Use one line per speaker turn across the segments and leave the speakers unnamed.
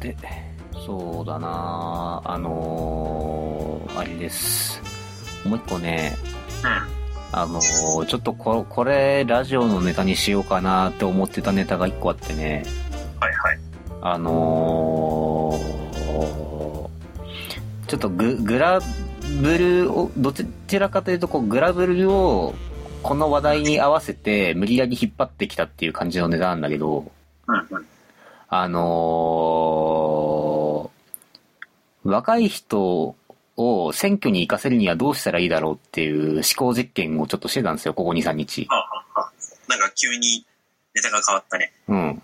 て、そうだなあのー、あれです。もう一個ね、あのー、ちょっとここれ、ラジオのネタにしようかなって思ってたネタが一個あってね、
はいはい。
あのー、ちょっとググラブルを、どちらかというとこう、グラブルを、この話題に合わせて、無理やり引っ張ってきたっていう感じのネタなんだけど、
うんうん。
あのー若い人を選挙に行かせるにはどうしたらいいだろうっていう思考実験をちょっとしてたんですよ、ここ2、3日。
はあはあはあなんか急にネタが変わったね。
うん。っ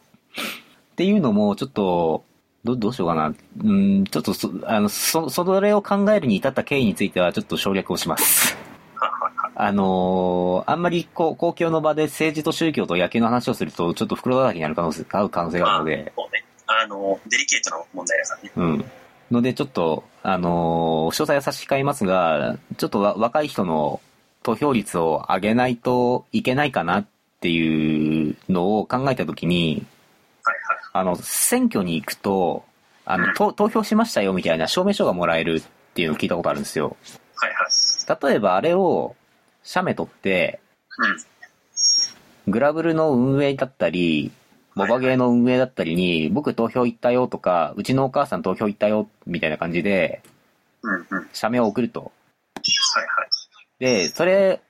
ていうのも、ちょっと、ど、どうしようかな。うん、ちょっとそ、あの、そ、それを考えるに至った経緯については、ちょっと省略をします。
はあはあは
あのーあんまり、こう、公共の場で政治と宗教と野球の話をすると、ちょっと袋叩きになる可能性、合う可能性があるので
あ、そうね。あの、デリケートな問題だからね。
うん。ので、ちょっと、あのー詳細は差し控えますが、ちょっとわ若い人の投票率を上げないといけないかなっていうのを考えたときに、
はい
あの、選挙に行くと、あの、と投票しましたよみたいな証明書がもらえるっていうのを聞いたことあるんですよ。
はい。はいはい。
例えばあれを、写メ取って、
うん。
グラブルの運営だったり、モバゲーの運営だったりに、僕投票行ったよとか、うちのお母さん投票行ったよみたいな感じで、
うんうん。はい
写メを送ると。
はい。
で、それ、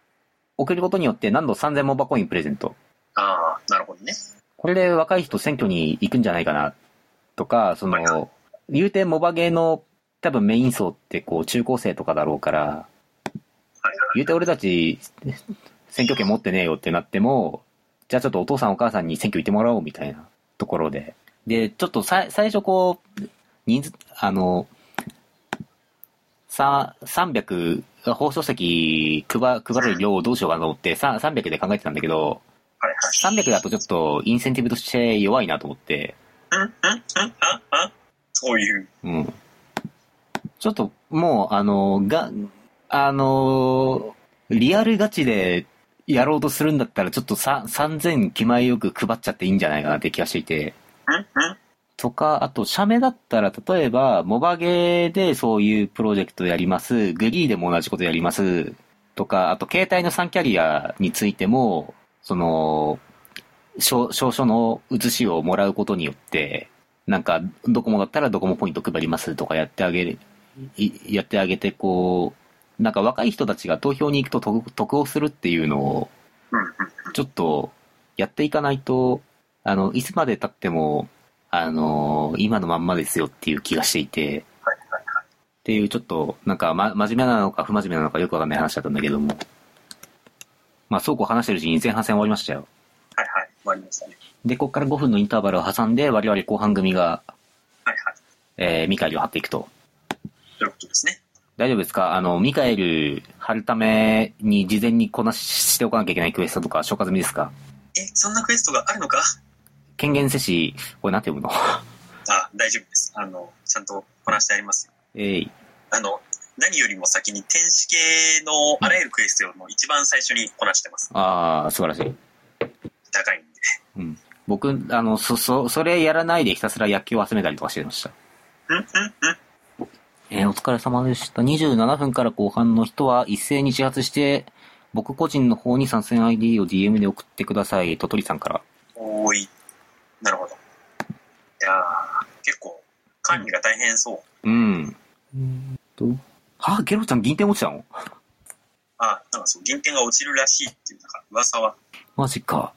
送ることによって何度3000モバコインプレゼント。
ああ、なるほどね。
これで若い人選挙に行くんじゃないかな、とか、そ
はいは
の、言うてモバゲーの多分メイン層ってこう中高生とかだろうから、
はい
言うて俺たち選挙権持ってねえよってなっても、じゃあちょっとお父さんお母さんに選挙行ってもらおうみたいなところで。で、ちょっとさ最初こう、人数、あの、さ、300、放送席配、配る量をどうしようかなと思って、さ300で考えてたんだけど、
はいはい。
300だとちょっとインセンティブとして弱いなと思って、
うんうんうんうんうん。そういう。
うん。ちょっと、もう、あの、が、あの、リアルガチでやろうとするんだったら、ちょっとさ3000気前よく配っちゃっていいんじゃないかなって気がしていて。
うんうん。
とか、あと、社名だったら、例えば、モバゲーでそういうプロジェクトやります。グリーでも同じことやります。とか、あと、携帯の3キャリアについても、その、証証書の写しをもらうことによって、なんか、ドコモだったらドコモポイント配りますとかやってあげる、いやってあげて、こう、なんか若い人たちが投票に行くと得得をするっていうのを、
うんうん。
ちょっと、やっていかないと、あの、いつまで経っても、あの、今のまんまですよっていう気がしていて、っていうちょっと、なんか、ま、真面目なのか不真面目なのかよくわかんない話だったんだけども。まあ、そうこう話してるうちに前半戦終わりましたよ。
はいはい。終わりましたね。
で、ここから5分のインターバルを挟んで、我々後半組が、
はいはい。
えー、ミカエルを張っていくと。
ということですね。
大丈夫ですかあの、ミカエル張るために事前にこなししておかなきゃいけないクエストとか消化済みですか
え、そんなクエストがあるのか
権限せし、これなんて読むの
あ、大丈夫です。あの、ちゃんとこなしてありますよ。
えい。
あの、何よりも先に天使系のあらゆるクエストの一番最初にこなしてます。
ああ、素晴らしい。
高いんで。
うん。僕、あの、そ、そ、それやらないでひたすら野球を集めたりとかしてました。
うんうんうん。
えーお疲れ様でした。27分から後半の人は一斉に自発して、僕個人の方に参戦 ID を DM で送ってください。と鳥さんから。
おーい。なるほど。いやー、結構、管理が大変そう。
うん。と。はゲロちゃん銀天落ちたの
あ、なんかそう、銀点が落ちるらしいっていう、なんか噂は、
マジか。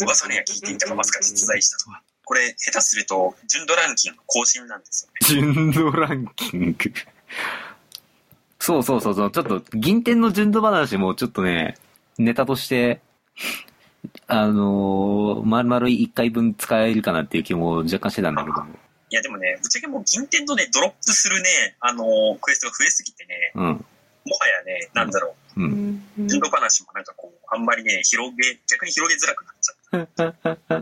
噂には聞いていたがまさか実在したとは。これ、下手すると、純度ランキング更新なんですよね。
純度ランキング。そうそうそうそう、ちょっと、銀天の純度話もちょっとね、ネタとして、あのー、丸々一回分使えるかなっていう気も若干してたんだけども。
いや、でもね、ぶっちゃけもう銀点のね、ドロップするね、あのークエストが増えすぎてね、
うん。
もはやね、なんだろ
う。
うんん
う、純度話もなんかこう、あんまりね、広げ、逆に広げづらくなっちゃう。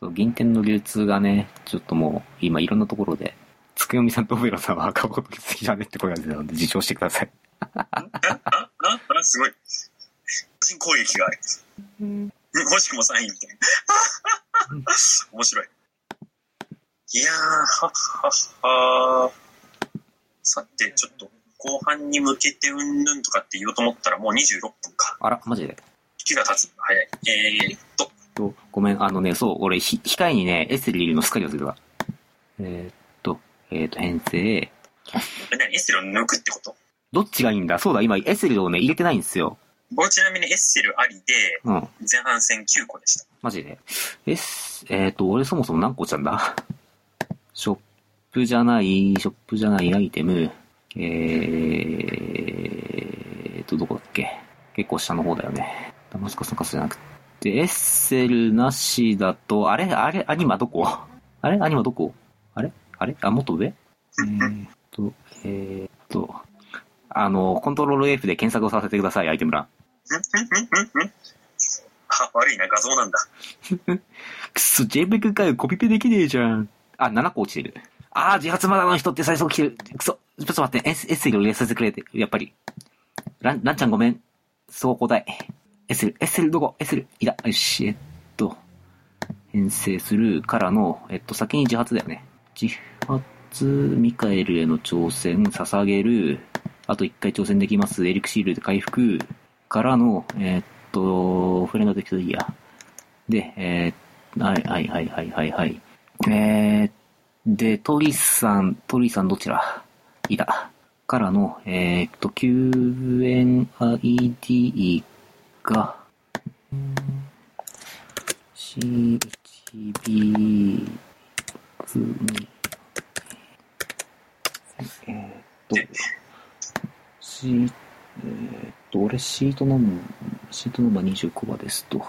そう、銀天の流通がね、ちょっともう、今いろんなところで、つくよみさんとオベロさんは赤ボトル好きじゃねって声が出たので、自重してください。
あ、あ、あ、すごい。個人攻撃がある。
うん
うん惜しくも3位みたいな。面白い。いやー、はっはっはさて、ちょっと、後半に向けてうんぬんとかって言おうと思ったら、もう26分か。
あら、マジで。
気が立つのが早い。えーっと、
とごめん、あのね、そう、俺、ひ、控えにね、エスリルのすっかり忘れてた。えーっと、えーっと、編成。
え何エッセルを抜くってこと
どっちがいいんだそうだ、今、エスリルをね、入れてないんですよ。
僕ちなみにエッセルありで、
うん。
前半戦9個でした。
マジで。えっす、えっ、と、俺そもそも何個ちゃんだ ショップじゃない、ショップじゃないアイテム。えーっと、どこだっけ結構下の方だよね。ダマスカスのカスじゃなくて、エッセルなしだと、あれあれアニマどこあれアニマどこあれあれあ、もっと上えーっと、えーっと、あの、コントロール F で検索をさせてください、アイテム欄。
んんんんんあ、 悪いな、画像なんだ。
くそ、JPEG かよ、コピペできねえじゃん。あ、7個落ちてる。あー、自発まだの人って最速来てる。くそ、ちょっと待って、S、S 入れさせてくれて、やっぱり。ラン、ランちゃんごめん。そう答え。S ル、S ルどこ ?S ル、いた。よし、えっと、編成するからの、えっと、先に自発だよね。自発、ミカエルへの挑戦、捧げる、あと一回挑戦できます、エリクシールで回復、からの、えっと、フレンドテキストいいや。で、えー、はいはいはいはいはいはい。えー、で、トリさん、トリさんどちらいた。からの、えーっと、救援 ID が、C1B2 えーっと、C、えーっと、俺シートナンバー、シートナンバー25番ですと。と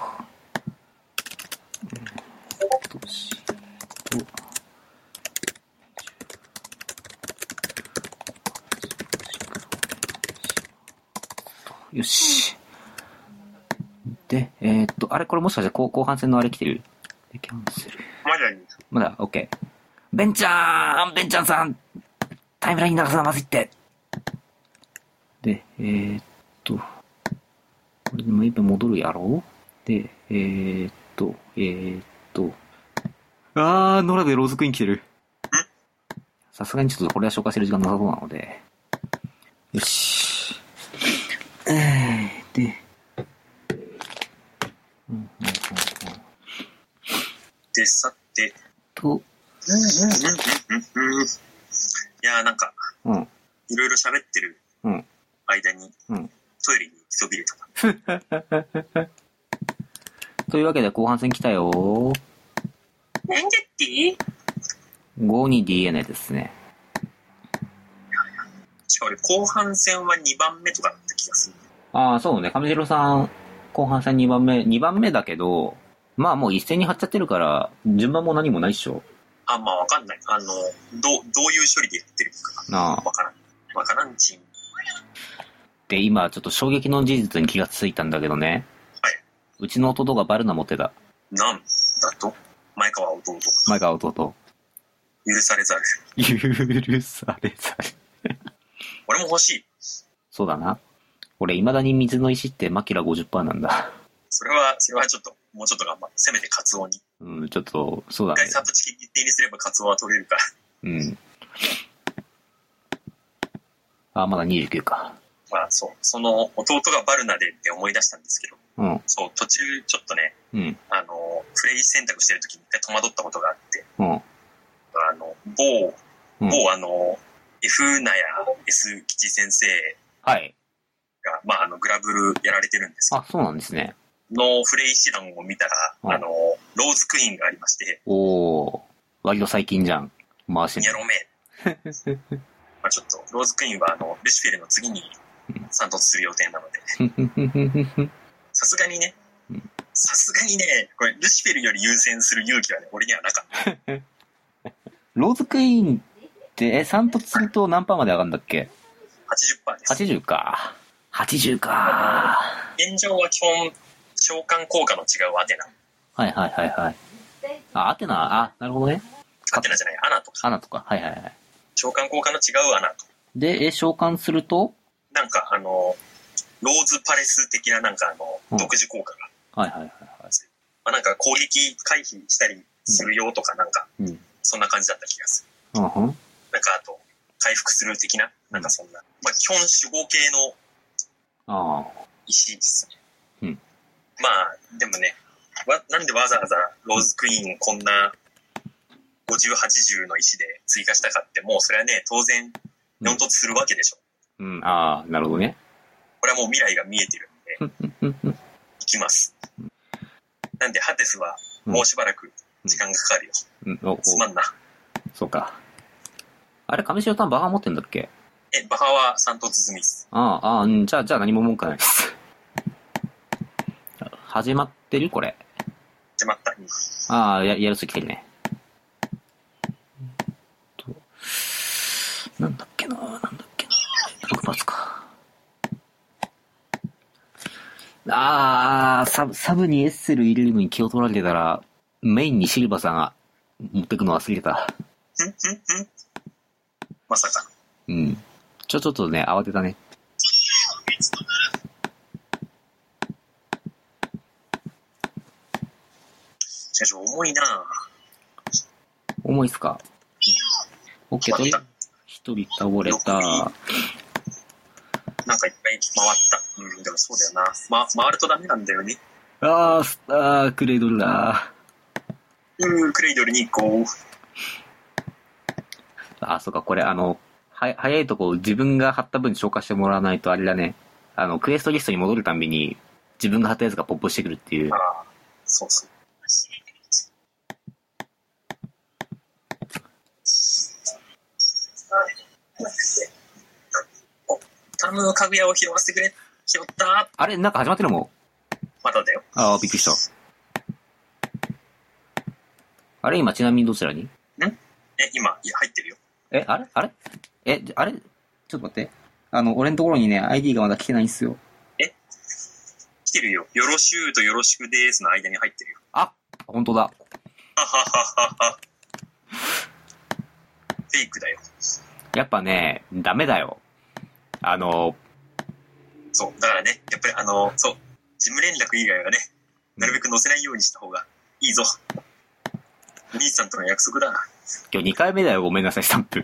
しと、よし。で、えーっと、あれこれもしかして後後半戦のあれ来てるでキャンセル。
まだいいんだ
まだ、OK。ベンちゃんベンちゃんさんタイムラインに流すのはまずいってで、えー、っと、これでも一杯戻るやろで、えー、っと、えー、っと、あー、野良でローズクイーン来てる。さすがにちょっとこれは消化してる時間なさそうなので。よし。えー、で、うん、うん、うん、うん。
で、さて、
と、
うんうんうんうんうん。いやーなんか、
うん、
いろいろ喋ってる
うん、
間に、
うん。
トイレに行きそびれたな。
というわけで後半戦来たよー。
なんだって
52DNA ですね。
しかも俺、後半戦は2番目とかだった気がする。
ああ、そうね。上白さん、後半戦2番目、2番目だけど、まあもう一斉に張っちゃってるから、順番も何もないっしょ。
あ、まあわかんない。あの、どう、どういう処理でやってるのか
なあ。
わからん。わからんちん。
で、今ちょっと衝撃の事実に気がついたんだけどね。
はいう
ちの弟がバルナ持ってた。
なんだと前川弟。
前川弟。
許されざる。
許されざる。
俺も欲しい。
そうだな。俺、未だに水の石ってマキラ50%なんだ。
それは、それはちょっと、もうちょっと頑張って。せめてカツオに。
うん、ちょっと、そう
一
だね
回。サブチキ決定にすればカツオは取れるから。
うん。あ、まだ29か。
まあそう、その弟がバルナでって思い出したんですけど、
うん、
そう、途中ちょっとね、
うん、
あの、プレイ選択してる時に一回戸惑ったことがあって、
うん。
あの、某、
うん
某あの、F ナや S 吉先生
はい。
が、まああの、グラブルやられてるんですけど、
あ、そうなんですね。
のプレイ手段を見たら、
うん
あの、ローズクイーンがありまして、
おー。割と最近じゃん。回して
や
る。
ろめ。まあちょっと、ローズクイーンはあの、ルシフェルの次に参突する予定なので、さすがにね
うん、
さすがにね、これ、ルシフェルより優先する勇気はね、俺にはなかった。
ローズクイーンって、え、3突すると何パーまで上がるんだっけ
80%です。
?80 か。80か。
現状は基本、召喚効果の違うアテナ。
はいはいはいはい。あ、アテナ、あ、なるほどね。
アテナじゃない、アナとか。
アナとか。はいはいはい。
召喚効果の違うアナと。
で、え、召喚すると
なんか、あの、ローズパレス的ななんかあの、
うん
独自効果が。
はいはいはいは
まあなんか攻撃回避したりするよとかなんか、
い。うん。
そんな感じだった気がする。
うんふん。
なんかあと、回復する的な、なんかそんな。まあ基本主語系の
ああ。
石ですね。
うん。
まあ、でもね、わ、なんでわざわざローズクイーンをこんな50、80の石で追加したかって、もうそれはね、当然、4突するわけでしょ。
うん、ああ、なるほどね。
これはもう未来が見えてるんで、行きます。なんで、ハテスは、もうしばらく時間がかかるよ。
うん、おお
すまんな。
そうか。あれ、上白タンバー持ってんだっけ
え、バハは3突済みです。
ああ、ああ、うん、じゃあ、じゃあ何も文句ないです。始まってるこれ。
始まった。
ああ、や、やるときてるね。うんとなんだっけな、なんだっけな。6発か。ああ、サブ、サブにエッセル入れるのに気を取られてたら、メインにシルバさんが持ってくの忘れてた。
んんんまさか。
うん。ちょ、ちょっとね、慌てたね。
社長、重いな
重いっすか ?OK と、一人倒れた。
なんかいっぱい回った。うん、でもそうだよな。ま、回るとダメなんだよね。
あーすあー、クレードルだ。
うー、クレイドルに行こう。
あ、そうか、これあの、は、早いとこ自分が貼った分消化してもらわないとあれだね。あの、クエストリストに戻るたんびに、自分が貼ったやつがポップしてくるっていう
あ。あ、そうそう。お頼むかぐやを拾わせてくれ。拾った。
あれなんか始まってるもん。
まだだよ。
あー、びっくりした。あれ今ちなみにどちらに
え、今、いや、入ってるよ。
え、あれあれえ、あれちょっと待って。あの、俺のところにね、ID がまだ来てないんですよ。
来てるよ。よろしゅうとよろしくですの間に入ってるよ。
あ、本当だ。
ははははは。フェイクだよ。
やっぱね、ダメだよ。あの、
そう。だからね、やっぱりあの、そう。事務連絡以外はね、なるべく載せないようにした方がいいぞ。お兄さんとの約束だ。
今日2回目だよ、ごめんなさい、スタン プ。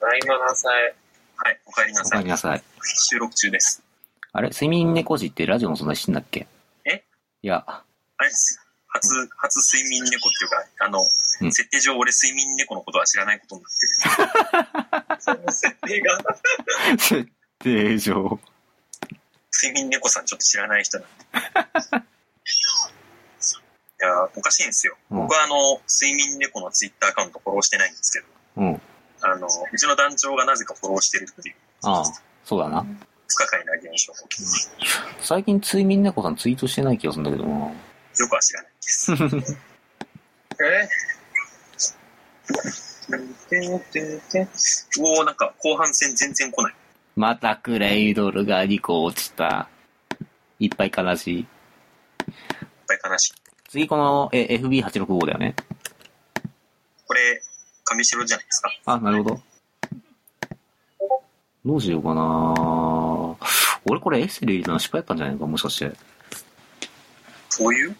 ただいまなさい。はい、お帰りな
お
さ
かえ
い
り。なさい。
収録中です。
あれ睡眠猫児ってラジオの存在してんだっけ
え
いや、
あれです。初、初睡眠猫っていうか、あの、
うん
設定上俺睡眠猫のことは知らないことになってる。その設定が、
設定上。
睡眠猫さんちょっと知らない人な んで。いやー、おかしいんですよ。
うん
僕はあの、睡眠猫のツイッターアカウントフォローしてないんですけど、
うん。
あの、うちの団長がなぜかフォローしてるっていう、
ああ、そうだな。
不可解な現象が起きてます
最近睡眠猫さんツイートしてない気がするんだけどな。
よくは知らないです。 えおおなんか後半戦全然来ない。
またクレイドルが2個落ちた。いっぱい悲しい。
いっぱい悲しい。
次このえ FB865 だよね。
これ、上白じゃないですか。
あ、なるほど。どうしようかな俺これエッセル入れたの失敗だったんじゃないのかもしかして。
こういう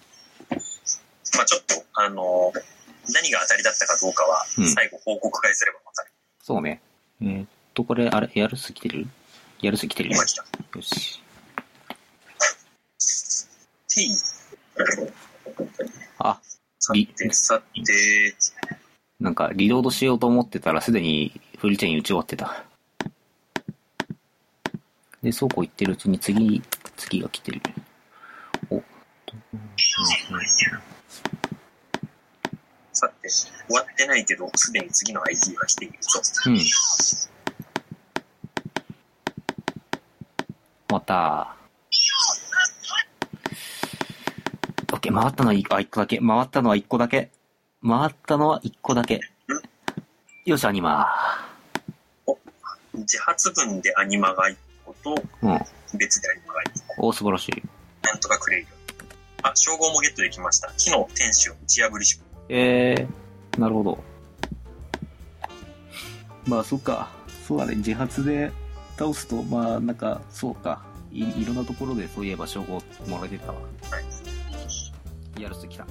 まあちょっと、あのー何が当たりだったかどうかは
うん、
最後報告会すればわかる。
そうね。えーっと、これ、あれ、やるす来てるやるす来てるね
今。来た。
よし。
てい。
あ、
さ
り
て、さて、
なんか、リロードしようと思ってたら、すでにフルチェーン打ち終わってた。で、倉庫行ってるうちに次、次が来てる。お。
さて、終わってないけど、すでに次の ID が来ているぞ。
うん。終わった。オッケー、回ったのは一個あ一個だけ。回ったのは一個だけ。回ったのは一個だけ。よし、アニマ
自発文でアニマが1個と、
うん。
別でアニマが1個。
お、素晴らしい。
なんとかクレイル。あ、称号もゲットできました。火の天使を打ち破りし、
えー、なるほど。まあ、そっか。そうだね。自発で倒すと、まあ、なんか、そうか。いいろんなところで、そういえば称号もらえてたわ。
はい
やる人来た。